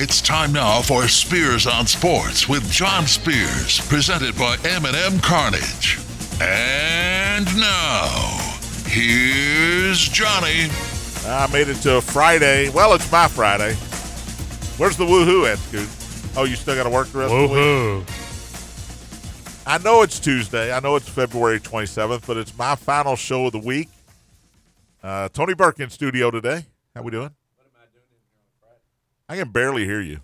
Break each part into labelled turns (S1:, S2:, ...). S1: It's time now for Spears on Sports with John Spears, presented by M&M Carnage. And now, here's Johnny.
S2: I made it to Friday. Well, it's my Friday. Where's the woohoo at, Scoot? Oh, you still got to work the rest of the week? I know it's Tuesday. I know it's February 27th, but it's my final show of the week. Uh, Tony Burke in studio today. How we doing? I can barely hear you.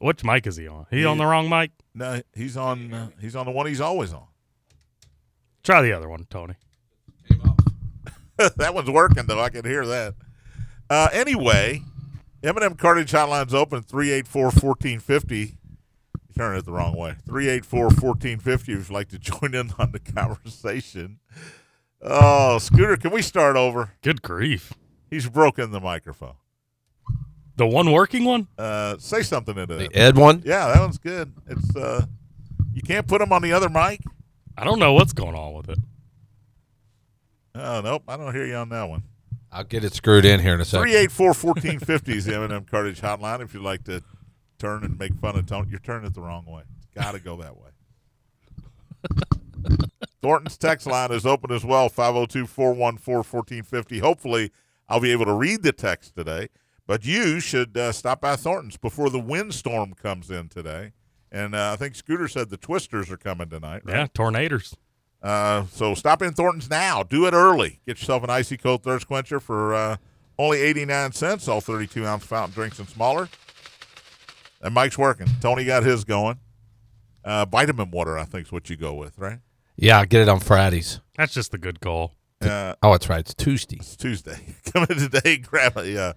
S3: Which mic is he on? He on the wrong mic?
S2: No, he's on. Uh, he's on the one he's always on.
S3: Try the other one, Tony.
S2: that one's working though. I can hear that. Uh, anyway, Eminem Cartage Hotline's open 384-1450. Turn it the wrong way. 384-1450 if you'd like to join in on the conversation. Oh, Scooter, can we start over?
S3: Good grief.
S2: He's broken the microphone.
S3: The one working one?
S2: Uh, say something into
S4: The
S2: it.
S4: Ed one?
S2: Yeah, that one's good. It's uh, you can't put him on the other mic.
S3: I don't know what's going on with it.
S2: Oh nope, I don't hear you on that one.
S4: I'll get it screwed in here in a second.
S2: 384-1450 is the M&M Cartage hotline if you'd like to turn and make fun of Tony. You're turning it the wrong way. It's got to go that way. Thornton's text line is open as well, 502-414-1450. Hopefully, I'll be able to read the text today. But you should uh, stop by Thornton's before the windstorm comes in today. And uh, I think Scooter said the twisters are coming tonight. Right?
S3: Yeah, tornadoes.
S2: Uh, so stop in Thornton's now. Do it early. Get yourself an icy cold thirst quencher for uh, only 89 cents, all 32 ounce fountain drinks and smaller. And Mike's working. Tony got his going. Uh, vitamin water, I think, is what you go with, right?
S4: Yeah, I'll get it on Fridays.
S3: That's just the good call.
S2: Uh,
S4: Oh, that's right. It's Tuesday.
S2: it's Tuesday. Come in today, grab a uh,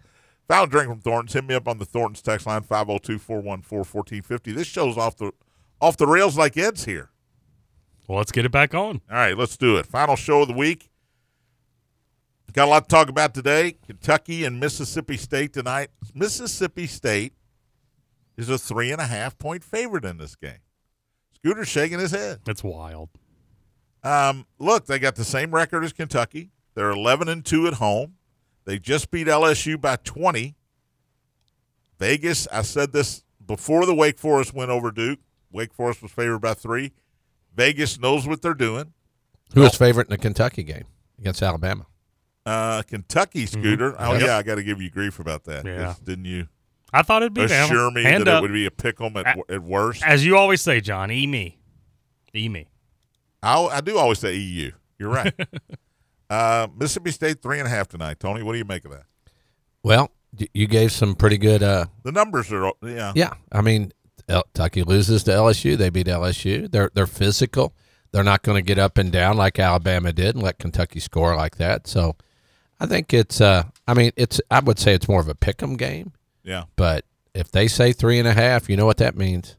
S2: fountain drink from Thornton's. Hit me up on the Thornton's text line, 502 414 1450. This show's off the, off the rails like Ed's here.
S3: Well, let's get it back on.
S2: All right, let's do it. Final show of the week. Got a lot to talk about today. Kentucky and Mississippi State tonight. Mississippi State is a three and a half point favorite in this game. Scooter's shaking his head.
S3: It's wild.
S2: Um, look, they got the same record as Kentucky. They're eleven and two at home. They just beat LSU by twenty. Vegas, I said this before the Wake Forest went over Duke. Wake Forest was favored by three. Vegas knows what they're doing.
S4: Who was favorite in the Kentucky game against Alabama?
S2: Uh, Kentucky scooter. Oh
S3: Mm-hmm. Yep.
S2: yeah, I got to give you grief about that.
S3: Yeah.
S2: 'cause Didn't you
S3: I thought it'd be down.
S2: assure me
S3: Hand
S2: that
S3: up.
S2: it would be a pick'em at, at worst?
S3: As you always say, John, e me. E me.
S2: I, I do always say EU. You're right. uh, Mississippi State three and a half tonight. Tony, what do you make of that?
S4: Well, y- you gave some pretty good. Uh,
S2: The numbers are yeah.
S4: yeah, I mean, L- Kentucky loses to LSU. They beat LSU. They're they're physical. They're not going to get up and down like Alabama did and let Kentucky score like that. So, I think it's. Uh, I mean, it's. I would say it's more of a pick'em game.
S2: yeah.
S4: But if they say three and a half, you know what that means.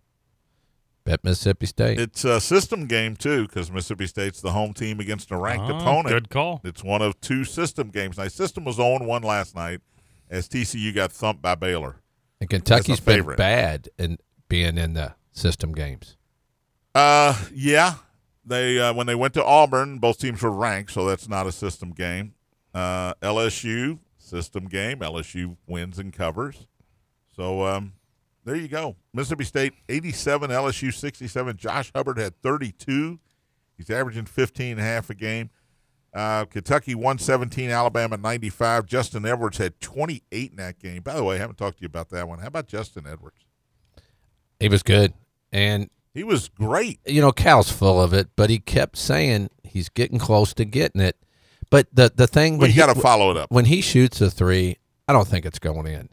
S4: Bet Mississippi State.
S2: It's a system game too because Mississippi State's the home team against a ranked
S3: Ah,
S2: opponent.
S3: Good call.
S2: It's one of two system games. Now, system was on one last night as TCU got thumped by Baylor.
S4: And Kentucky's
S2: That's my
S4: been
S2: favorite.
S4: bad in being in the system games.
S2: Uh, yeah. They uh, when they went to Auburn, both teams were ranked, so that's not a system game. Uh, LSU system game. LSU wins and covers. So um, there you go. Mississippi State eighty-seven, LSU sixty-seven. Josh Hubbard had thirty-two. He's averaging 15 and a half a game. Uh, Kentucky 117, Alabama 95. Justin Edwards had 28 in that game. By the way, I haven't talked to you about that one. How about Justin Edwards?
S4: He was good. And,
S2: He was great.
S4: you know, Cal's full of it, but he kept saying he's getting close to getting it. But the, the thing
S2: Well,
S4: when,
S2: you
S4: he,
S2: got to follow it up.
S4: when he shoots a three, I don't think it's going in.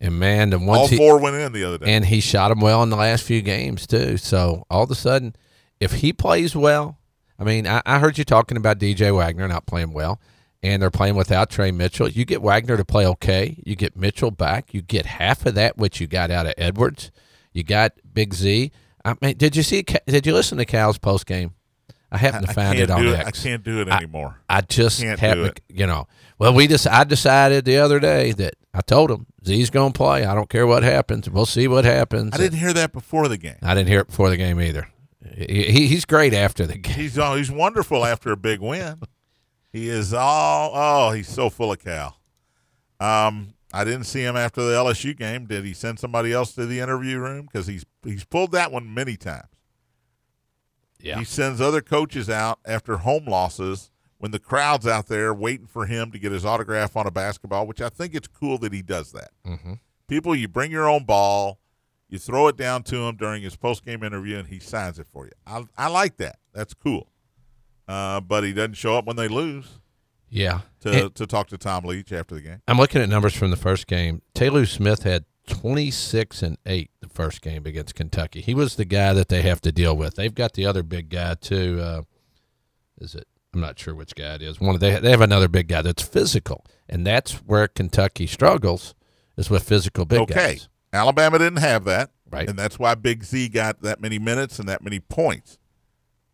S4: And, man, the
S2: All
S4: once he,
S2: four went in the other day.
S4: and he shot him well in the last few games, too. So all of a sudden, if he plays well, I mean, I, I heard you talking about DJ Wagner not playing well, and they're playing without Trey Mitchell. You get Wagner to play okay. You get Mitchell back. You get half of that which you got out of Edwards. You got Big Z. I mean, did you see? Ca- Did you listen to Cal's post game? I happened to find
S2: can't
S4: it on
S2: do
S4: X.
S2: I can't do it
S4: I-
S2: anymore.
S4: I just
S2: Can't do
S4: haven't,
S2: it.
S4: you know. Well, we just I decided the other day that I told him Z's going to play. I don't care what happens. We'll see what happens.
S2: I, didn't hear that before the game.
S4: I didn't hear it before the game either. He, he, he's great after the game.
S2: He's oh, he's wonderful after a big win. He is all oh, he's so full of cow. Um, I didn't see him after the LSU game. Did he send somebody else to the interview room? Because he's he's pulled that one many times.
S4: Yeah.
S2: He sends other coaches out after home losses when the crowd's out there waiting for him to get his autograph on a basketball, which I think it's cool that he does that.
S4: Mm-hmm.
S2: People, you bring your own ball, you throw it down to him during his post game interview, and he signs it for you. I, I like that. That's cool. Uh, but he doesn't show up when they lose
S4: Yeah.
S2: to, to talk to Tom Leach after the game.
S4: I'm looking at numbers from the first game. Taylor Smith had 26 and 8 the first game against Kentucky. He was the guy that they have to deal with. They've got the other big guy too. Uh, is it? I'm not sure which guy it is. One of they they have another big guy that's physical, and that's where Kentucky struggles is with physical big
S2: okay.
S4: guys.
S2: Alabama didn't have that.
S4: Right.
S2: And that's why Big Z got that many minutes and that many points.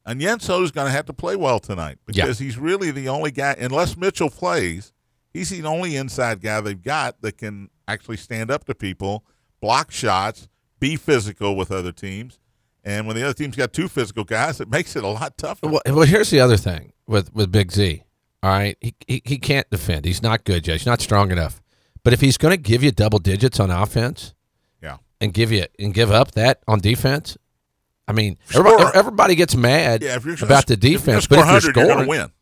S2: And Yenso's going to have to play well tonight
S4: Yeah.
S2: because he's really the only guy, unless Mitchell plays, he's the only inside guy they've got that can actually stand up to people, block shots, be physical with other teams. And when the other team's got two physical guys, it makes it a lot tougher.
S4: Well, well, here's the other thing with with Big Z. All right, he he, he can't defend. He's not good yet. He's not strong enough. But if he's going to give you double digits on offense,
S2: Yeah.
S4: and give you and give up that on defense, I mean, everybody,
S2: Score.
S4: everybody gets mad
S2: Yeah, if you're gonna
S4: about the
S2: sc- if you're gonna
S4: defense.
S2: score
S4: But if you're
S2: 100, you're
S4: scoring,
S2: going to win.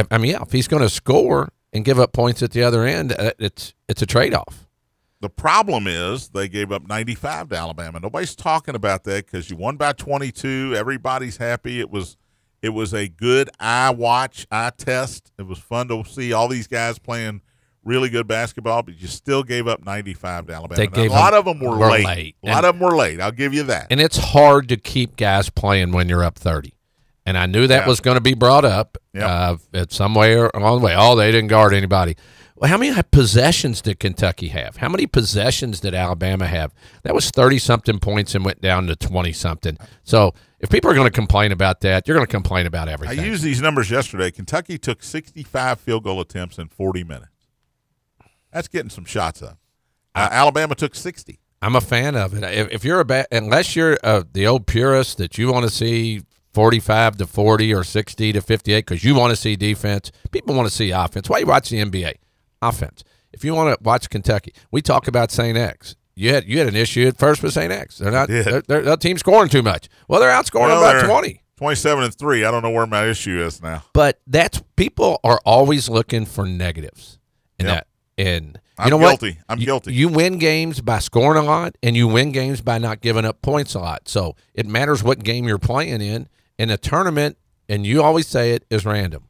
S4: if- I mean, yeah, if he's going to score and give up points at the other end, uh, it's it's a trade off.
S2: The problem is they gave up 95 to Alabama. Nobody's talking about that because you won by 22. Everybody's happy. It was it was a good eye watch, eye test. It was fun to see all these guys playing really good basketball, but you still gave up 95 to Alabama.
S4: They
S2: Now,
S4: gave
S2: a lot
S4: them-
S2: of them were,
S4: were
S2: late.
S4: late.
S2: A lot
S4: And-
S2: of them were late. I'll give you that.
S4: And it's hard to keep guys playing when you're up 30. And I knew that
S2: Yeah.
S4: was going to be brought up
S2: Yeah.
S4: uh, at some way or along the way. Oh, they didn't guard anybody. Well, how many possessions did Kentucky have? How many possessions did Alabama have? That was 30 something points and went down to 20 something. So if people are going to complain about that, you're going to complain about
S2: I
S4: everything.
S2: used these numbers yesterday. Kentucky took 65 field goal attempts in 40 minutes. That's getting some shots up. Uh, Alabama took 60.
S4: I'm a fan of it. If, if you're a ba- unless you're uh, the old purist that you want to see 45 to 40 or 60 to 58 because you want to see defense. People want to see offense. Why you watch the NBA? Offense. If you want to watch Kentucky, we talk about St. X. You had you had an issue at first with St. X. They're not
S2: I did.
S4: they're, they're, that team's scoring too much. Well, they're outscoring
S2: Well,
S4: about
S2: they're-
S4: 20.
S2: 27 and 3. I don't know where my issue is now.
S4: But that's people are always looking for negatives. And
S2: Yep.
S4: that and you
S2: I'm
S4: know
S2: guilty.
S4: what?
S2: I'm
S4: You-
S2: guilty.
S4: You win games by scoring a lot and you win games by not giving up points a lot. So it matters what game you're playing in. And a tournament, and you always say it, is random.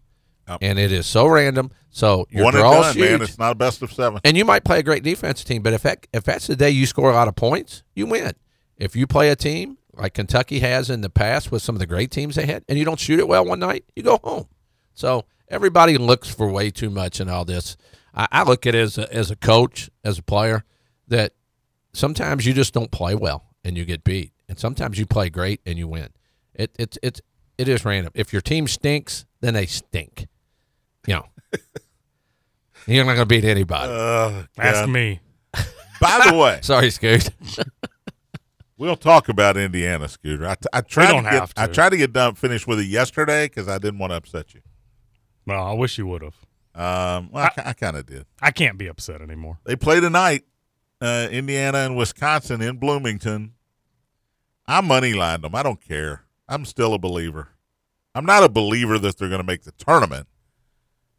S2: Yep.
S4: And it is so random. So your
S2: One and
S4: draw's
S2: done,
S4: huge.
S2: man. It's not a best of seven.
S4: And you might play a great defensive team, but if that, if that's the day you score a lot of points, you win. If you play a team like Kentucky has in the past with some of the great teams they had, and you don't shoot it well one night, you go home. So everybody looks for way too much in all this. I, I look at it as a, as a coach, as a player, that sometimes you just don't play well and you get beat, and sometimes you play great and you win. It it's it's it is random. If your team stinks, then they stink. You know. You're not going to beat anybody.
S2: Uh,
S3: Ask
S2: God.
S3: me.
S2: By the way,
S4: Sorry, Scoot.
S2: we'll talk about Indiana, Scooter. I, t- I tried
S3: don't
S2: to get
S3: have to.
S2: I tried to get done finished with it yesterday because I didn't want to upset you.
S3: Well, I wish you would have.
S2: Um, well, I, ki- I kind of did.
S3: I can't be upset anymore.
S2: They play tonight, uh, Indiana and Wisconsin in Bloomington. I money lined them. I don't care. I'm still a believer. I'm not a believer that they're going to make the tournament,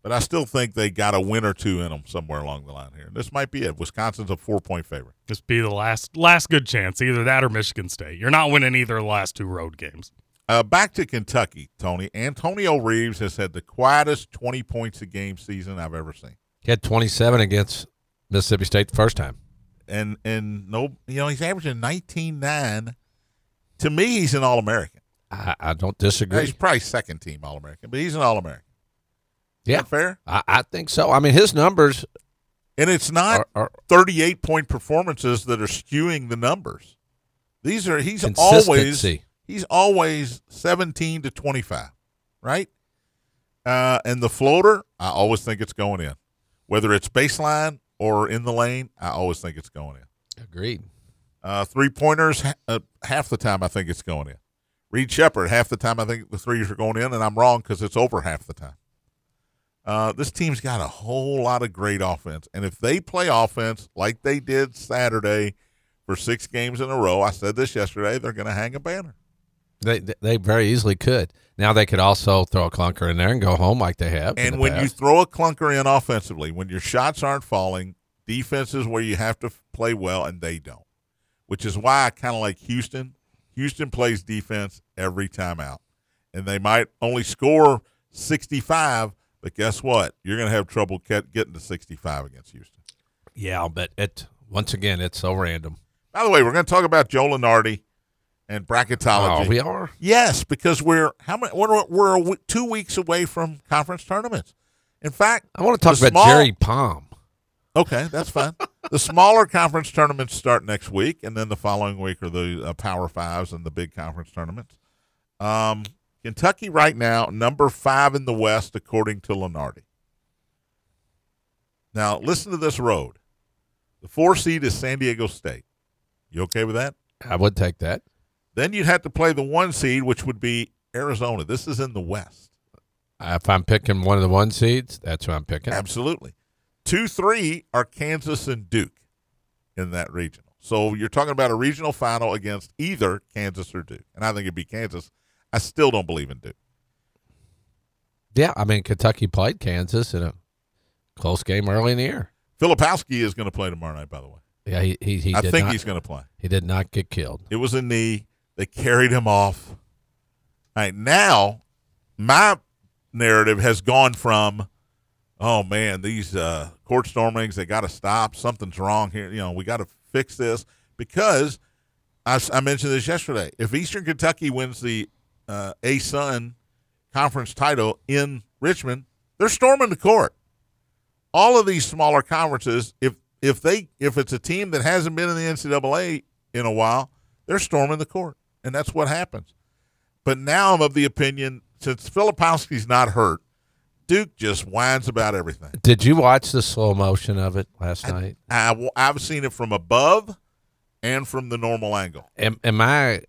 S2: but I still think they got a win or two in them somewhere along the line here. This might be it. Wisconsin's a four point favorite.
S3: Just be the last last good chance, either that or Michigan State. You're not winning either of the last two road games.
S2: Uh, back to Kentucky, Tony. Antonio Reeves has had the quietest 20 points a game season I've ever seen.
S4: He had 27 against Mississippi State the first time.
S2: And and no, you know, he's averaging 19.9. To me, he's an All-American.
S4: I, I don't
S2: Now, he's
S4: disagree.
S2: probably second team All-American, but he's an All-American. Is
S4: Yeah,
S2: that fair?
S4: I, I think so. I mean, his numbers
S2: And it's not
S4: are, are
S2: 38 point performances that are skewing the numbers. These are he's always
S4: consistency.
S2: he's always 17 to 25, right? Uh, and the floater, I always think it's going in. Whether it's baseline or in the lane, I always think it's going in.
S4: Agreed.
S2: Uh, three pointers, ha- uh, half the time I think it's going in. Reed Shepard, half the time I think the threes are going in, and I'm wrong because it's over half the time. Uh, this team's got a whole lot of great offense, and if they play offense like they did Saturday for six games in a row, I said this yesterday, they're going to hang a banner.
S4: They, they they very easily could. Now they could also throw a clunker in there and go home like they have. in
S2: And
S4: the
S2: when you
S4: past.
S2: throw a clunker in offensively, when your shots aren't falling, defense is where you have to f- play well, and they don't, which is why I kind of like Houston. Houston plays defense every time out, and they might only score 65, but guess what? You're going to have trouble get, getting to 65 against Houston.
S4: yeah, but it once again it's so random.
S2: By the way, we're going to talk about Joe Lenardi and bracketology.
S4: Oh, we are.
S2: Yes, because we're how many? We're, we're a w- two weeks away from conference tournaments. In fact,
S4: I want to talk
S2: The
S4: about
S2: small-
S4: Jerry Palm.
S2: Okay, that's fine. the smaller conference tournaments start next week, and then the following week are the uh, Power Fives and the big conference tournaments. Um, Kentucky right now number five in the West according to Lenardi. Now listen to this road. The four seed is San Diego State. You okay with that?
S4: I would take that.
S2: Then you'd have to play the one seed, which would be Arizona. This is in the West.
S4: If I'm picking one of the one seeds, that's what I'm picking.
S2: Absolutely. Two, three are Kansas and Duke in that regional. So you're talking about a regional final against either Kansas or Duke. And I think it'd be Kansas. I still don't believe in Duke.
S4: Yeah, I mean Kentucky played Kansas in a close game early in the year.
S2: Filipowski is going to play tomorrow night, by the way.
S4: Yeah, he he, he
S2: I
S4: did
S2: think
S4: not,
S2: he's going to play.
S4: he did not get killed.
S2: It was a knee. They carried him off. All right. Now, my narrative has gone from, oh man, these uh, court stormings, they got to stop. Something's wrong here. You know, we got to fix this because I, s- I mentioned this yesterday. If Eastern Kentucky wins the uh, A Sun conference title in Richmond, they're storming the court. All of these smaller conferences, if if they if it's a team that hasn't been in the NCAA in a while, they're storming the court, and that's what happens. But now I'm of the opinion since Filipowski's not hurt, Duke just whines about everything.
S4: Did you watch the slow motion of it last night?
S2: I, I've seen it from above and from the normal angle.
S4: am, am I,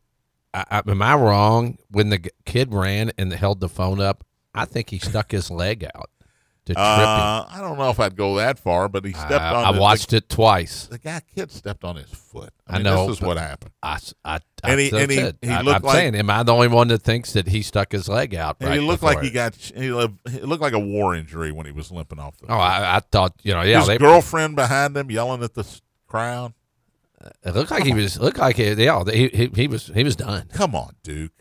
S4: I I- am I wrong when the g- kid ran and held the phone up? I think he stuck his leg out to trip him.
S2: Uh, I don't know if I'd go that far, but he stepped
S4: I,
S2: on.
S4: I
S2: the-
S4: watched it twice.
S2: The, guy kid stepped on his foot. I,
S4: I
S2: mean,
S4: know,
S2: This is
S4: but-
S2: what happened.
S4: I, s- I,
S2: And
S4: I
S2: he-
S4: that's
S2: and he-
S4: it.
S2: he
S4: I,
S2: looked
S4: am
S2: like-
S4: saying, am I the only one that thinks that he stuck his leg out?
S2: And
S4: right
S2: he looked like
S4: before
S2: he
S4: it?
S2: got. He lo- it looked like a war injury when he was limping off. The,
S4: Oh, I, I thought you know, yeah,
S2: his
S4: they,
S2: girlfriend behind him yelling at the s- crowd.
S4: it looked like he was looked like he, yeah, he, he he was he was done.
S2: Come on, Duke.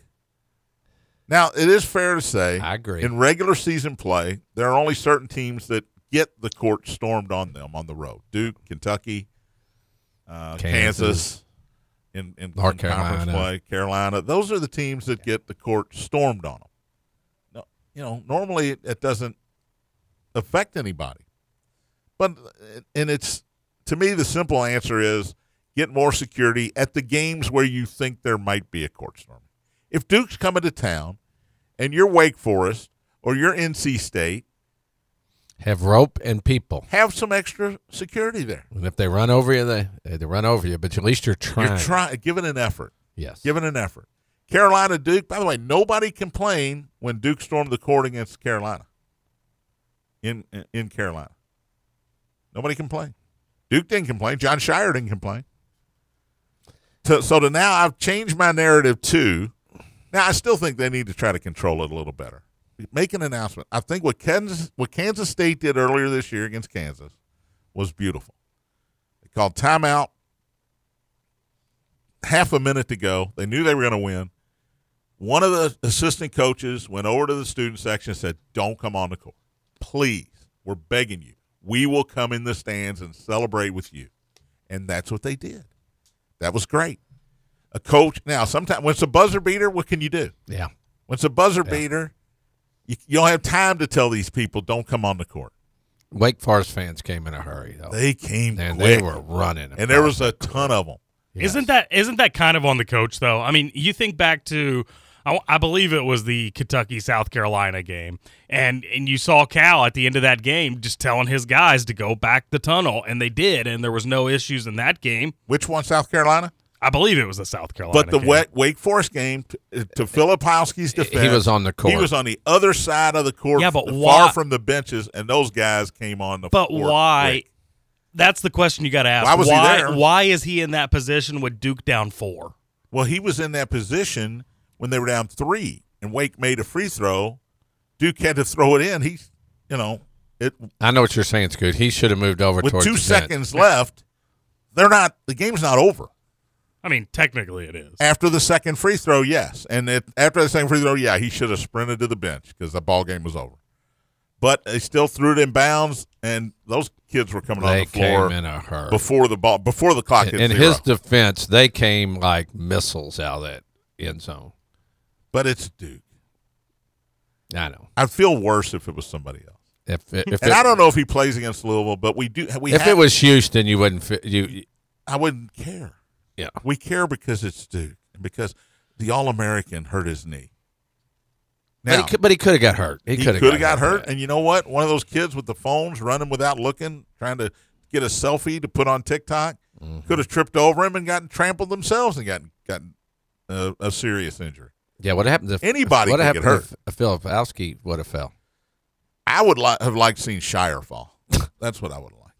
S2: Now it is fair to say.
S4: I agree.
S2: In regular season play, there are only certain teams that get the court stormed on them on the road. Duke, Kentucky, uh, Kansas,
S4: Kansas.
S2: in, in,
S4: North
S2: in conference
S4: Carolina.
S2: play, Carolina. Those are the teams that get the court stormed on them. No, you know, normally it, it doesn't affect anybody. But and it's to me the simple answer is get more security at the games where you think there might be a court storm. If Duke's coming to town and you're Wake Forest or you're NC State,
S4: Have rope and people.
S2: have some extra security there.
S4: And if they run over you, they they run over you. But at least you're trying.
S2: You're trying, give it an effort.
S4: Yes.
S2: Give it an effort. Carolina Duke, by the way, nobody complained when Duke stormed the court against Carolina. In in Carolina. Nobody complained. Duke didn't complain. John Shire didn't complain. To, so to now I've changed my narrative to now I still think they need to try to control it a little better. Make an announcement. I think what Kansas what Kansas State did earlier this year against Kansas was beautiful. They called timeout half a minute to go. They knew they were going to win. One of the assistant coaches went over to the student section and said, Don't come on the court. Please. We're begging you. We will come in the stands and celebrate with you. And that's what they did. That was great. A coach, now, sometimes when it's a buzzer beater, what can you do?
S4: Yeah.
S2: When it's a buzzer beater, you, you don't have time to tell these people, Don't come on the court.
S4: Wake Forest fans came in a hurry though.
S2: They came
S4: and
S2: quick,
S4: they were running.
S2: and there was a ton of them.
S3: Isn't that isn't that kind of on the coach though? I mean, you think back to I, I believe it was the Kentucky South Carolina game, and and you saw Cal at the end of that game just telling his guys to go back the tunnel, and they did, and there was no issues in that game.
S2: Which one, South Carolina?
S3: I believe it was the South Carolina.
S2: But the
S3: game.
S2: Wet Wake Forest game, to, to Philip Howski's defense,
S4: was on the court.
S2: He was on the other side of the court,
S3: Yeah, but
S2: far
S3: why-
S2: from the benches, and those guys came on the.
S3: But
S2: court
S3: why?
S2: quick.
S3: That's the question you got to ask.
S2: Why was he
S3: why,
S2: there?
S3: why is he in that position with Duke down four?
S2: Well, he was in that position when they were down three, and Wake made a free throw. Duke had to throw it in. He, you know, it
S4: I know what you're saying, Scoot. He should have moved over
S2: with
S4: towards
S2: two
S4: the net.
S2: seconds left. They're not. The game's not over
S3: I mean, technically it is.
S2: after the second free throw. Yes, and it, after the second free throw, yeah, he should have sprinted to the bench because the ball game was over. But they still threw it in bounds, and those kids were coming on
S4: They
S2: the floor
S4: came in a hurry.
S2: before the ball before the clock. hit
S4: in
S2: zero.
S4: his defense, they came like missiles out of that end zone.
S2: but it's Duke.
S4: I know.
S2: I'd feel worse if it was somebody else.
S4: If it- if
S2: And
S4: it,
S2: I don't know if he plays against Louisville, but we do. We
S4: if
S2: have,
S4: it was Houston, you wouldn't. Fi- you
S2: I wouldn't care.
S4: yeah.
S2: We care because it's Duke, and because the All American hurt his knee.
S4: But he, could, but he could have got hurt. He,
S2: he
S4: could have
S2: got, hurt, and you know what? One of those kids with the phones running without looking, trying to get a selfie to put on TikTok,
S3: Mm-hmm.
S2: could have tripped over him and gotten trampled themselves and gotten gotten a, a serious injury.
S4: yeah. What happened? If,
S2: Anybody
S4: What
S2: could
S4: happened uh,
S2: get hurt.
S4: if if Filipowski would have fell?
S2: I would li- have liked seeing Shire fall. That's what I would like.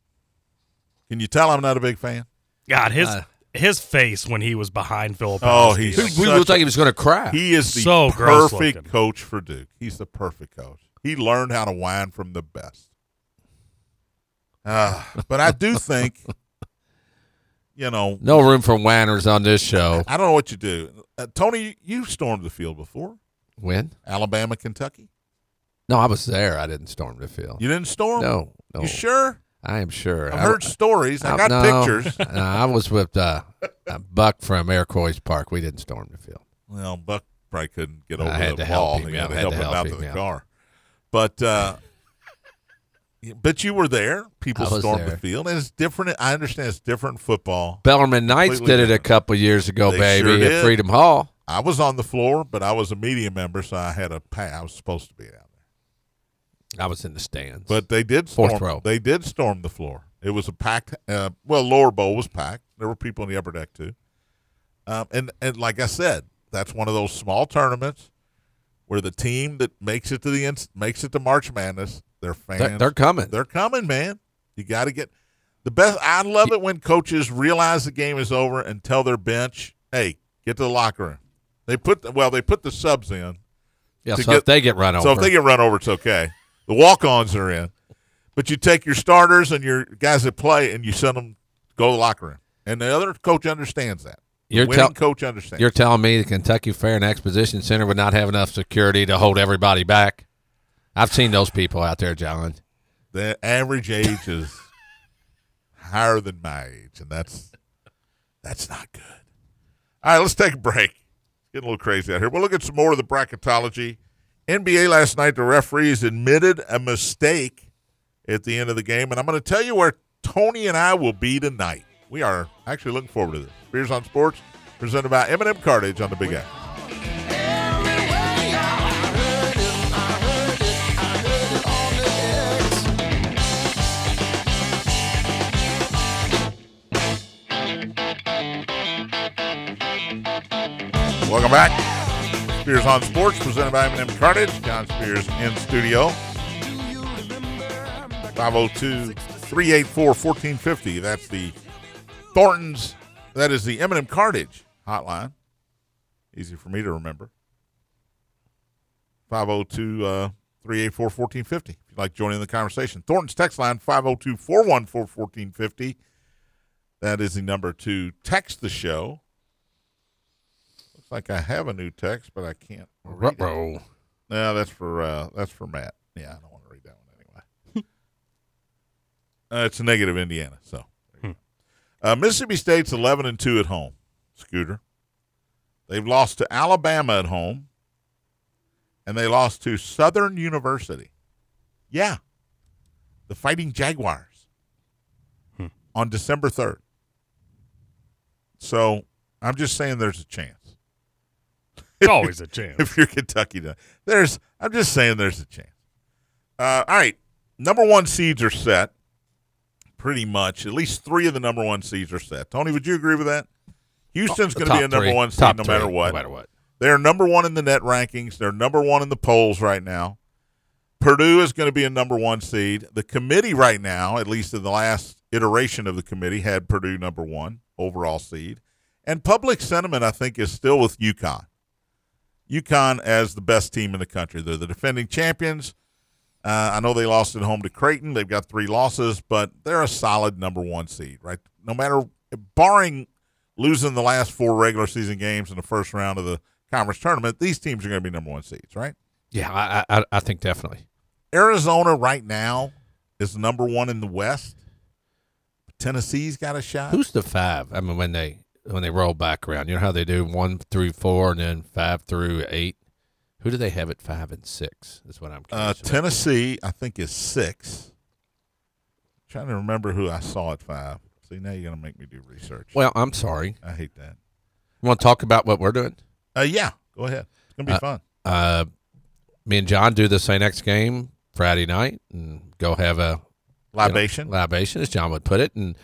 S2: Can you tell I'm not a big fan?
S3: God, his
S4: Uh,
S3: his face when he was behind Philip.
S2: Oh,
S3: Hosky.
S2: he's
S4: We- We
S2: such
S4: looked
S2: a-
S4: like he was going to cry.
S2: He is the
S3: So gross
S2: perfect
S3: looking.
S2: coach for Duke. He's the perfect coach. He learned how to whine from the best. Ah, but I do think, you know,
S4: no room for whiners on this show.
S2: I don't know what you do. Uh, Tony, you stormed the field before.
S4: When?
S2: Alabama, Kentucky.
S4: No, I was there. I didn't storm the field.
S2: You didn't storm?
S4: no, no.
S2: You sure?
S4: I am sure.
S2: I've heard stories. I, got
S4: no,
S2: pictures.
S4: no, I was with uh, uh, Buck from Iroquois Park. We didn't storm the field.
S2: Well, Buck probably couldn't get
S4: I
S2: over
S4: had
S2: the
S4: to help
S2: ball.
S4: him
S2: He had
S4: out.
S2: to
S4: I had
S2: help
S4: to
S2: him
S4: help
S2: out to
S4: him
S2: the
S4: out.
S2: car. But uh, but you were there. People
S4: I was
S2: stormed the
S4: there.
S2: field, and it's different. I understand it's different in football.
S4: Bellarmine Knights
S2: Completely
S4: did it a
S2: different.
S4: couple years ago,
S2: They
S4: baby,
S2: sure did.
S4: at Freedom Hall.
S2: I was on the floor, but I was a media member, so I had a pay. I was supposed to be out there,
S4: I was in the stands.
S2: but they did storm.
S4: Fourth row.
S2: They did storm the floor. It was a packed. Uh, well, lower bowl was packed. There were people in the upper deck too. Um, and and like I said, that's one of those small tournaments where the team that makes it to the end makes it to March Madness. Their fans,
S4: they're, they're coming.
S2: They're coming, man. You got to get the best. I love it when coaches realize the game is over and tell their bench, "Hey, get to the locker room." They put the, well, they put the subs in,
S4: yeah,
S2: to
S4: so
S2: get-
S4: if they get run over,
S2: so if they get run over, it's okay. The walk-ons are in, but you take your starters and your guys that play, and you send them go to the locker room. And the other coach understands that. The
S4: You're
S2: winning
S4: tell-
S2: coach understands.
S4: you're telling me the Kentucky Fair and Exposition Center would not have enough security to hold everybody back? I've seen those people out there, John.
S2: the average age is higher than my age, and that's that's not good. All right, let's take a break. It's getting a little crazy out here. We'll look at some more of the bracketology. NBA last night, the referees admitted a mistake at the end of the game, and I'm going to tell you where Tony and I will be tonight. We are actually looking forward to this. Beers on Sports, presented by Eminem Cartage on the Big X. Welcome back. Spears on Sports, presented by Eminem Cartage. John Spears in studio. 502 384 1450. That's the Thornton's, that is the Eminem Cartage hotline. Easy for me to remember. 502 uh, 384 1450. If you'd like to join in the conversation, Thornton's text line 502 414 1450. That is the number to text the show. Looks like I have a new text, but I can't. read it.
S4: Ruh-roh.
S2: No, that's for uh, that's for Matt. Yeah, I don't want to read that one anyway. uh, it's a negative Indiana. So uh, Mississippi State's eleven and two at home. Scooter. They've lost to Alabama at home, and they lost to Southern University. Yeah, the Fighting Jaguars on December third. So I'm just saying, there's a chance
S3: It's always a chance.
S2: if you're Kentucky. to- There's, I'm just saying, there's a chance. Uh, all right, number one seeds are set, pretty much. At least three of the number one seeds are set. Tony, would you agree with that? Houston's going to
S4: Oh, Top
S2: be a number
S4: three.
S2: one seed
S4: Top
S2: no
S4: three,
S2: matter what.
S4: No matter what.
S2: They're number one in the net rankings. They're number one in the polls right now. Purdue is going to be a number one seed. The committee right now, at least in the last iteration of the committee, had Purdue number one overall seed. And public sentiment, I think, is still with UConn. UConn as the best team in the country. They're the defending champions. Uh, I know they lost at home to Creighton. They've got three losses, but they're a solid number one seed, right? No matter, barring losing the last four regular season games in the first round of the conference tournament, these teams are going to be number one seeds, right?
S4: Yeah, I, I, I think definitely.
S2: Arizona right now is number one in the West. Tennessee's got a shot.
S4: Who's the five? I mean, when they when they roll back around, you know how they do one through four and then five through eight. Who do they have at five and six? Is what I'm
S2: uh,
S4: curious. about.
S2: Tennessee, I think, is 6 trying to remember who I saw at five. See, now you're going to make me do research.
S4: Well, I'm sorry.
S2: I hate that.
S4: You want to talk about what we're doing?
S2: Uh, yeah, go ahead. It's going to be
S4: Uh,
S2: fun.
S4: Uh, me and John do the St. X game Friday night and go have a you know,
S2: Libation.
S4: libation, as John would put it. And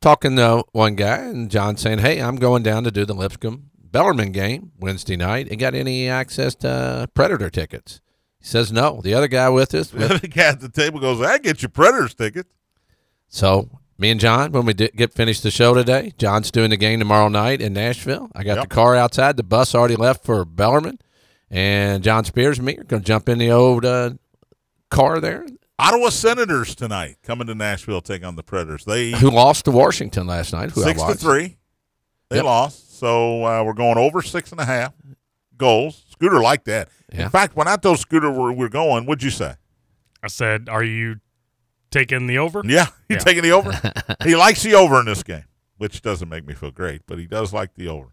S4: talking to one guy, and John saying, "Hey, I'm going down to do the Lipscomb Bellarmine game Wednesday night, and got any access to Predator tickets?" He says, "No." The other guy with us,
S2: the other guy at the table goes, I get you Predators tickets.
S4: So me and John, when we di- get finished the show today, John's doing the game tomorrow night in Nashville. I got
S2: Yep.
S4: the car outside. The bus already left for Bellarmine, and John Spears and me are going to jump in the old uh, car there.
S2: Ottawa Senators tonight coming to Nashville to take on the Predators. They
S4: Who lost to Washington last night? Who I
S2: six to
S4: watched.
S2: three. They
S4: Yep.
S2: lost, so uh, we're going over six and a half goals. Scooter liked that.
S4: Yeah.
S2: In fact, when I told Scooter where we're going, what'd you say?
S3: I said, "Are you taking the over?"
S2: Yeah, you
S3: Yeah.
S2: taking the over. he likes the over in this game, which doesn't make me feel great, but he does like the over.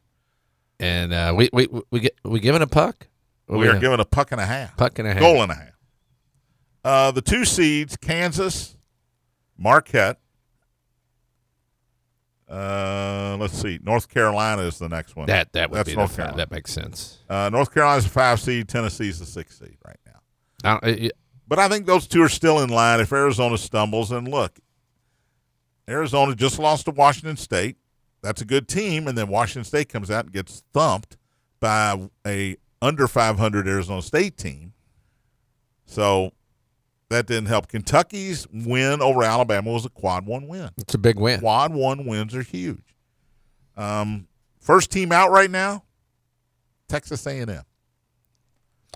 S4: and uh, we we we get we giving a puck.
S2: We, are giving a puck and a half,
S4: puck and a half.
S2: goal and a half. Uh, the two seeds, Kansas, Marquette. Uh, let's see. North Carolina is the next one.
S4: That that would
S2: That's
S4: be the
S2: North
S4: five.
S2: Carolina.
S4: that makes sense.
S2: Uh, North Carolina's a five seed. Tennessee's a six seed right now.
S4: I don't, uh,
S2: But I think those two are still in line if Arizona stumbles. And look, Arizona just lost to Washington State. That's a good team. And then Washington State comes out and gets thumped by a under 500 Arizona State team. So that didn't help. Kentucky's win over Alabama was a quad one win.
S4: it's a big win.
S2: Quad one wins are huge. Um, first team out right now, Texas A&M.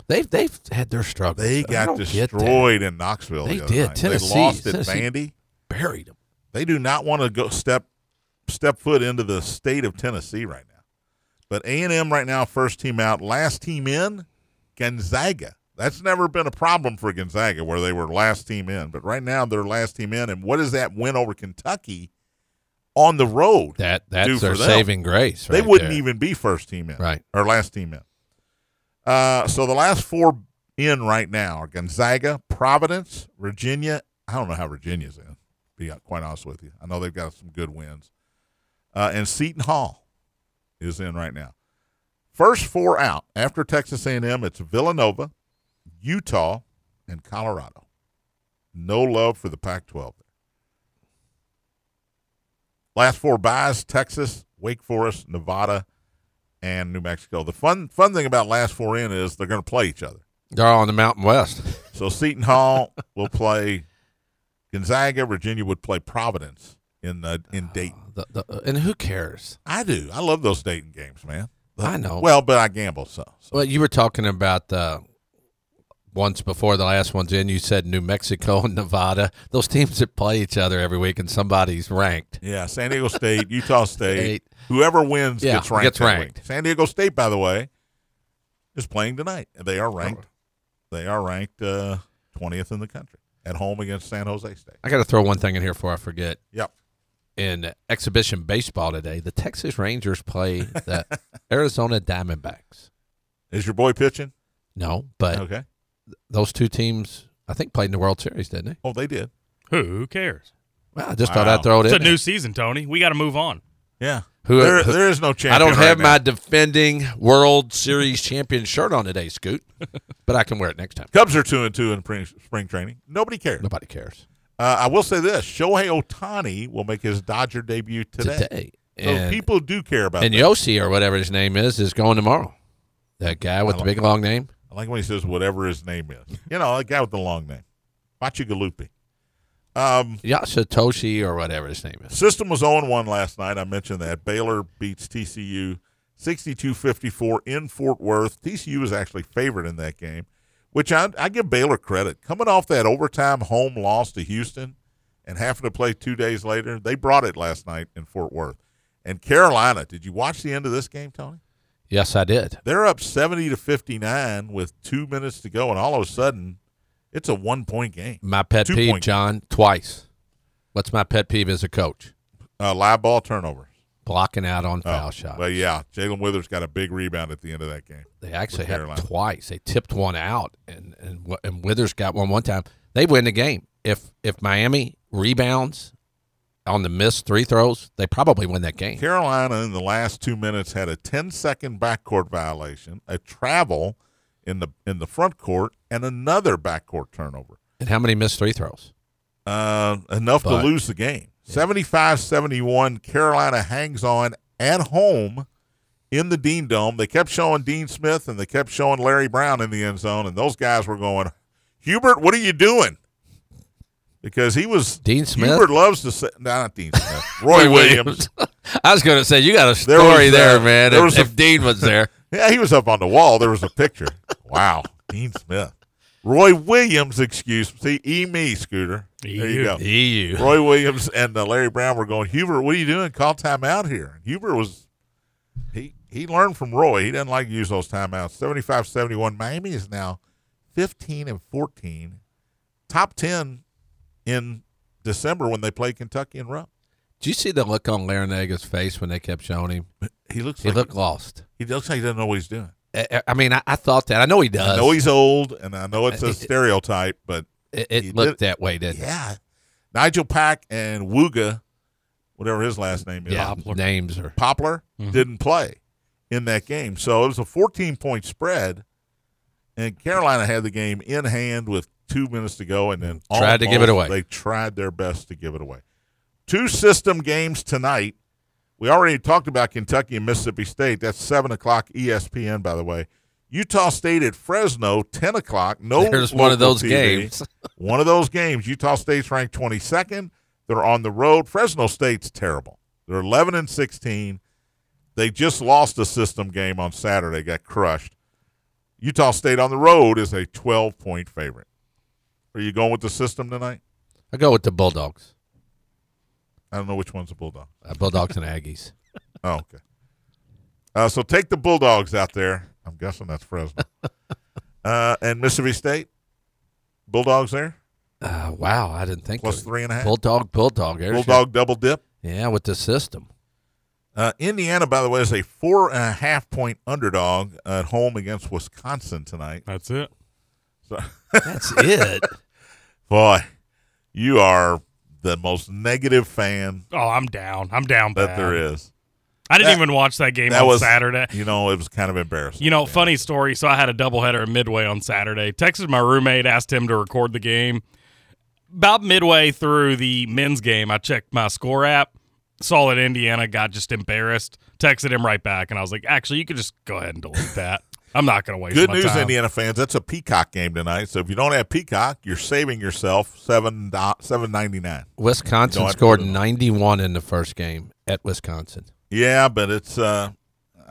S4: They've they've had their struggles.
S2: They
S4: I
S2: got
S4: don't get that.
S2: destroyed in Knoxville.
S4: They
S2: the other
S4: did.
S2: Night.
S4: Tennessee-
S2: They lost at
S4: Tennessee-
S2: Vandy.
S4: Buried them.
S2: They do not want to go step step foot into the state of Tennessee right now. But A and M right now, first team out, last team in, Gonzaga. That's never been a problem for Gonzaga where they were last team in. But right now they're last team in. And what is that win over Kentucky on the road?
S4: That
S2: Do
S4: that's
S2: for
S4: their
S2: them.
S4: saving grace.
S2: they
S4: right
S2: wouldn't
S4: there.
S2: even be first team in.
S4: Right.
S2: Or last team in. Uh, so the last four in right now are Gonzaga, Providence, Virginia. I don't know how Virginia's in, to be quite honest with you. I know they've got some good wins. Uh, and Seton Hall is in right now. First four out after Texas A&M, it's Villanova, Utah, and Colorado. No love for the Pac-12. Last four buys: Texas, Wake Forest, Nevada, and New Mexico. The fun fun thing about last four in is they're going to play each other.
S4: They're all in the Mountain West.
S2: So Seton Hall will play Gonzaga. Virginia would play Providence in the in Dayton.
S4: The, the, and who cares?
S2: I do. I love those Dayton games, man.
S4: I know.
S2: Well, but I gamble so. so.
S4: Well, you were talking about uh, once before the last one's in. You said New Mexico and Nevada. Those teams that play each other every week, and somebody's ranked.
S2: Yeah, San Diego State, Utah State.
S4: Eight.
S2: Whoever wins
S4: Yeah,
S2: gets ranked.
S4: gets
S2: that week.
S4: ranked.
S2: San Diego State, by the way, is playing tonight. They are ranked. They are ranked uh, twentieth in the country at home against San Jose State.
S4: I got to throw one thing in here before I forget.
S2: Yep.
S4: In exhibition baseball today, the Texas Rangers play the Arizona Diamondbacks.
S2: Is your boy pitching?
S4: No, but
S2: Okay.
S4: those two teams, I think, played in the World Series, didn't they?
S2: Oh, they did.
S3: Who cares?
S4: Well, I just thought
S2: Wow.
S4: I'd throw it
S3: It's a
S4: in. there.
S3: new season, Tony. We got to move on.
S2: Yeah.
S4: Who-
S2: there,
S4: who-
S2: there is no champion.
S4: I don't
S2: right
S4: have
S2: now.
S4: my defending World Series champion shirt on today, Scoot, but I can wear it next time.
S2: Cubs are two and two in spring, spring training. Nobody cares.
S4: Nobody cares
S2: Uh, I will say this: Shohei Otani will make his Dodger debut today.
S4: today.
S2: So
S4: and
S2: people do care about
S4: and
S2: that.
S4: Yossi or whatever his name is is going tomorrow. That guy with
S2: I
S4: the
S2: like
S4: big long name.
S2: I like when he says whatever his name is. You know, a guy with the long name. Machu Galupi. Um,
S4: Yeah, Satoshi or whatever his name is.
S2: system was 0 1 last night. I mentioned that. Baylor beats TCU 62 54 in Fort Worth. TCU is actually favored in that game, which I, I give Baylor credit. Coming off that overtime home loss to Houston and having to play two days later, they brought it last night in Fort Worth. And Carolina, did you watch the end of this game, Tony?
S4: Yes, I did.
S2: they're up 70 to 59 with two minutes to go and all of a sudden it's a one point game
S4: My pet
S2: Two
S4: peeve,
S2: point-
S4: John, twice. What's my pet peeve as a coach?
S2: uh, live ball turnover
S4: Blocking out on
S2: Oh,
S4: foul shots.
S2: well yeah jalen withers got a big rebound at the end of that game
S4: They actually had
S2: Carolina.
S4: twice. They tipped one out, and and Wi- and Withers got one one time. They win the game. If if Miami rebounds on the missed three throws, they probably win that game.
S2: carolina in the last two minutes had a 10 second backcourt violation a travel in the in the front court and another backcourt turnover
S4: And how many missed three throws?
S2: uh, enough
S4: But-
S2: to lose the game. 75 71, Carolina hangs on at home in the Dean Dome. They kept showing Dean Smith and they kept showing Larry Brown in the end zone, and those guys were going, Hubert, what are you doing? Because he was
S4: Dean Smith?
S2: Hubert loves to say, no, not Dean Smith, Roy Williams.
S4: I was going to say you got a
S2: There
S4: story
S2: was,
S4: there,
S2: uh,
S4: man.
S2: there
S4: if,
S2: was a-
S4: if Dean was there,
S2: Yeah, he was up on the wall. There was a picture. wow, Dean Smith. Roy Williams, excuse me. See, E me, Scooter.
S4: E
S2: There you
S3: You.
S2: go.
S4: EU.
S2: Roy Williams and uh, Larry Brown were going, Hubert, what are you doing? Call timeout here. And Hubert was, he, he learned from Roy. He doesn't like to use those timeouts. 75 71. Miami is now 15 and 14, top 10 in December when they play Kentucky and Rupp.
S4: Did you see the look on Larinaga's face when they kept showing him?
S2: He looks,
S4: He
S2: like,
S4: looked lost.
S2: he looks like he doesn't know what he's doing.
S4: I, I- I mean, I, I thought that. I know he
S2: I
S4: does.
S2: know he's old, and I know it's
S4: Uh,
S2: a
S4: it-
S2: stereotype, but
S4: it
S2: he
S4: it looked
S2: did-
S4: that way, didn't it?
S2: yeah. Nigel Pack and Wooga, whatever his last name is,
S4: Yeah, Mm-hmm.
S3: Poplar.
S4: names are.
S2: Poplar
S3: Mhm.
S2: didn't play in that game. So it was a 14 point spread, and Carolina had the game in hand with two minutes to go, and then
S4: Tried to give it away.
S2: They tried their best to give it away. Two system games tonight. We already talked about Kentucky and Mississippi State. That's seven o'clock E ESPN, by the way. Utah State at Fresno, ten o'clock. No,
S4: There's one of
S2: local
S4: those
S2: TV.
S4: games.
S2: One of those games. Utah State's ranked 22nd. They're on the road. Fresno State's terrible. They're 11 and 16. They just lost a system game on Saturday, got crushed. Utah State on the road is a 12 point favorite. Are you going with the system tonight?
S4: I go with the Bulldogs.
S2: I don't know which one's the Bulldog.
S4: Uh, Bulldogs and Aggies.
S2: Oh, okay. Uh, so take the Bulldogs out there. I'm guessing that's Fresno. uh, and Mississippi State, Bulldogs there,
S4: Uh, wow, I didn't think
S2: plus
S4: of it.
S2: three and a half.
S4: Bulldog, Bulldog, there's
S2: Bulldog double dip.
S4: your- yeah, with the system.
S2: Uh, Indiana, by the way, is a four and a half point underdog at home against Wisconsin tonight.
S3: That's it.
S2: So,
S4: That's it.
S2: boy, you are the most negative fan
S3: Oh, I'm down. I'm down.
S2: that
S3: Bad.
S2: there is.
S3: I didn't
S2: That-
S3: even watch that game
S2: that
S3: on
S2: was-
S3: Saturday.
S2: You know, it was kind of embarrassing.
S3: You know, funny story. So I had a doubleheader at Midway on Saturday. Texted my roommate, asked him to record the game. About midway through the men's game, I checked my score app, saw that Indiana got just embarrassed. Texted him right back, and I was like, "Actually, you could just go ahead and delete that. I'm not going to waste
S2: Good
S3: my
S2: news,
S3: time."
S2: Indiana fans. That's a Peacock game tonight. So if you don't have Peacock, you're saving yourself seven seven ninety nine.
S4: Wisconsin
S2: No, I
S4: scored
S2: put it on.
S4: 91 in the first game at Wisconsin.
S2: Yeah, but it's uh,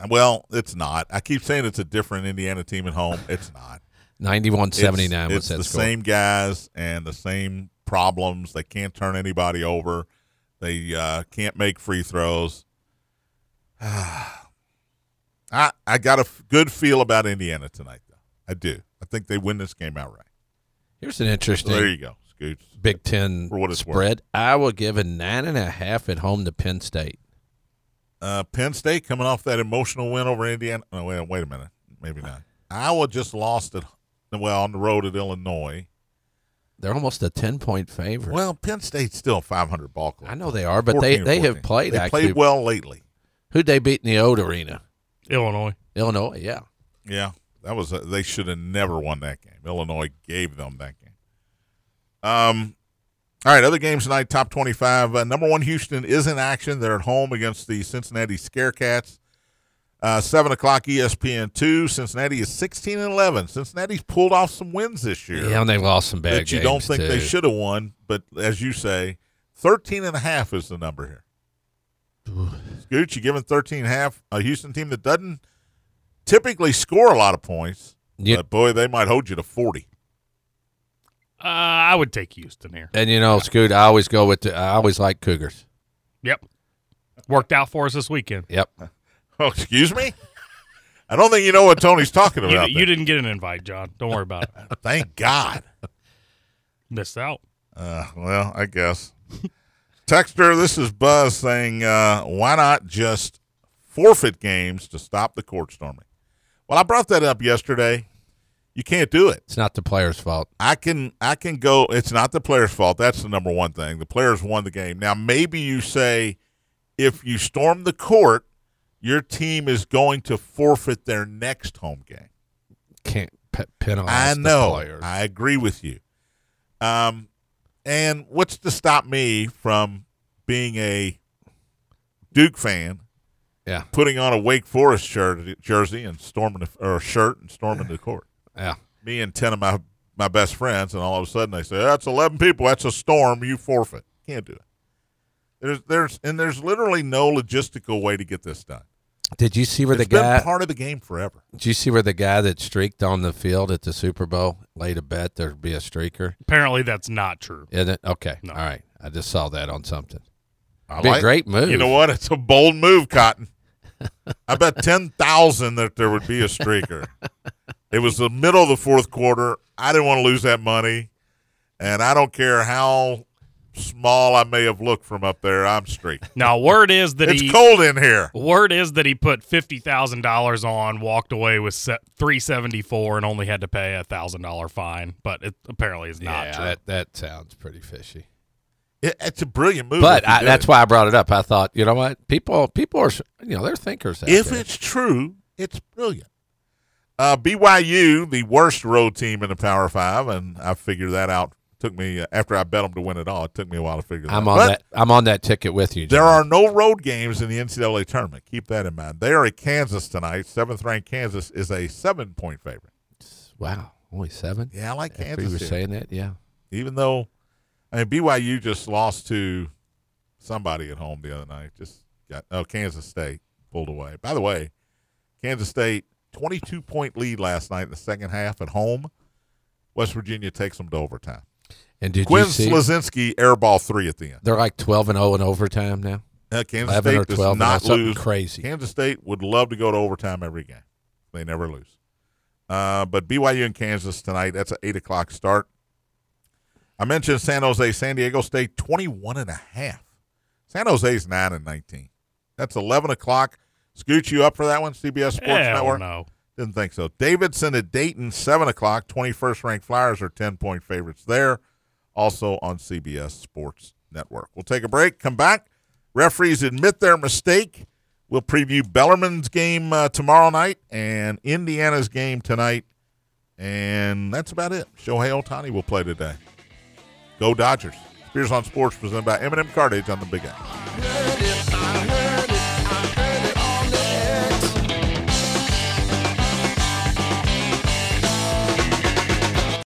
S2: well, it's not. I keep saying it's a different Indiana team at home. It's not.
S4: 91 79
S2: It's,
S4: was
S2: it's
S4: that
S2: the
S4: score.
S2: same guys and the same problems. They can't turn anybody over. They uh, can't make free throws. I I got a f- good feel about Indiana tonight, though. I do. I think they win this game outright.
S4: Here's
S2: So
S4: an
S2: there
S4: interesting
S2: you go, Scoots.
S4: Big Ten
S2: For what it's worth.
S4: spread. Iowa given nine and a half at home to Penn State.
S2: Uh, Penn State coming off that emotional win over Indiana. Oh, wait, wait a minute. Maybe not. Iowa just lost at well on the road at Illinois.
S4: They're almost a 10 point favorite.
S2: Well, Penn State's still 500 ball club.
S4: I know they are, but they,
S2: 14 or
S4: they have
S2: 14.
S4: played
S2: They
S4: actually.
S2: played well lately.
S4: Who'd they beat in the old arena?
S3: Illinois.
S4: Illinois, yeah.
S2: Yeah, that was uh, a, they should have never won that game. Illinois gave them that game. Um, All right, other games tonight, top 25. Uh, number one, Houston is in action. They're at home against the Cincinnati Scarecats. Uh, 7 o'clock ESPN 2. Cincinnati is 16 and 11. Cincinnati's pulled off some wins this year
S4: Yeah, and they lost some bad
S2: that you don't
S4: games,
S2: think they
S4: too.
S2: should have won, but as you say, 13 and a half is the number here. Scooch, you giving 13 and a half a Houston team that doesn't typically score a lot of points,
S4: You-
S2: but boy, they might hold you to 40.
S3: Uh, I would take Houston here.
S4: And you know, Scoot, I always go with. The, I always like Cougars.
S3: Yep. Worked out for us this weekend.
S4: Yep.
S2: Oh, excuse me? I don't think you know what Tony's talking
S3: You,
S2: about.
S3: you
S2: there.
S3: didn't get an invite, John. Don't worry about it.
S2: Thank God.
S3: Missed out.
S2: Uh, well, I guess. Texter, this is Buzz saying, uh, why not just forfeit games to stop the court storming? Well, I brought that up yesterday. You can't do it.
S4: It's not the players' fault.
S2: I can I can go. It's not the player's fault. That's the number one thing. The players won the game. Now maybe you say, if you storm the court, your team is going to forfeit their next home game.
S4: Can't pe- penalize.
S2: I
S4: Oh, the
S2: know.
S4: players.
S2: I agree with you. Um, and what's to stop me from being a Duke fan,
S4: yeah.
S2: putting on a Wake Forest shirt, jersey and storming the, or shirt and storming the court?
S4: Yeah.
S2: Me and ten of my my best friends, and all of a sudden they say that's eleven people. That's a storm. You forfeit. Can't do it. There's there's and there's literally no logistical way to get this done.
S4: Did you see where
S2: It's
S4: the
S2: been
S4: guy?
S2: part of the game forever.
S4: did you see where the guy that streaked on the field at the Super Bowl laid a bet there'd be a streaker?
S3: Apparently, that's not true.
S4: Isn't it? Okay.
S3: No.
S4: All right. I just saw that on something.
S2: I
S4: be
S2: like-
S4: a great move.
S2: You know what? It's a bold move, Cotton. I bet ten thousand that there would be a streaker. it was the middle of the fourth quarter. I didn't want to lose that money, and I don't care how small I may have looked from up there. I'm streaking.
S3: Now, word is that
S2: It's
S3: he
S2: cold in here.
S3: word is that he put fifty thousand dollars on, walked away with three seventy four, and only had to pay a thousand dollar fine. But it apparently is not
S4: yeah,
S3: true.
S4: that that sounds pretty fishy.
S2: It, it's a brilliant move.
S4: But
S2: if you
S4: I,
S2: do
S4: that's
S2: it.
S4: why I brought it up. I thought, you know what? People people are you know, they're thinkers out
S2: If
S4: there.
S2: it's true, it's brilliant. Uh, BYU, the worst road team in the Power Five, and I figured that out. Took me uh, after I bet them to win it all. It took me a while to figure that.
S4: I'm
S2: out.
S4: on
S2: But-
S4: that I'm on that ticket with you.
S2: There
S4: John.
S2: are no road games in the NCAA tournament. Keep that in mind. They are at Kansas tonight. Seventh ranked Kansas is a seven point favorite.
S4: wow, only seven?
S2: Yeah, I like
S4: If we
S2: Kansas.
S4: were
S2: here.
S4: saying that, yeah.
S2: Even though, I mean, BYU just lost to somebody at home the other night. Just got, oh, Kansas State pulled away. By the way, Kansas State, 22 point lead last night in the second half at home. West Virginia takes them to overtime.
S4: And did
S2: Quinn
S4: you see
S2: Slazinski airball three at the end.
S4: they're like twelve and zero in overtime now?
S2: Uh, Kansas
S4: 11 or
S2: State
S4: 12
S2: does
S4: and that's
S2: not
S4: something
S2: lose.
S4: crazy.
S2: Kansas State would love to go to overtime every game. They never lose. Uh, but BYU and Kansas tonight. That's an eight o'clock start. I mentioned San Jose, San Diego State, 21 and a half. San Jose's nine and nineteen. That's eleven o'clock. Scoot you up for that one, CBS Sports
S3: Hell
S2: Network.
S3: no.
S2: Didn't think so. Davidson at Dayton, 7 o'clock. 21st ranked Flyers are 10 point favorites there. Also on CBS Sports Network. We'll take a break, come back. Referees admit their mistake. We'll preview Bellerman's game uh, tomorrow night and Indiana's game tonight. And that's about it. Shohei Otani will play today. Go Dodgers. Spears on Sports presented by Eminem Cartage on the Big X.
S5: I heard it, I heard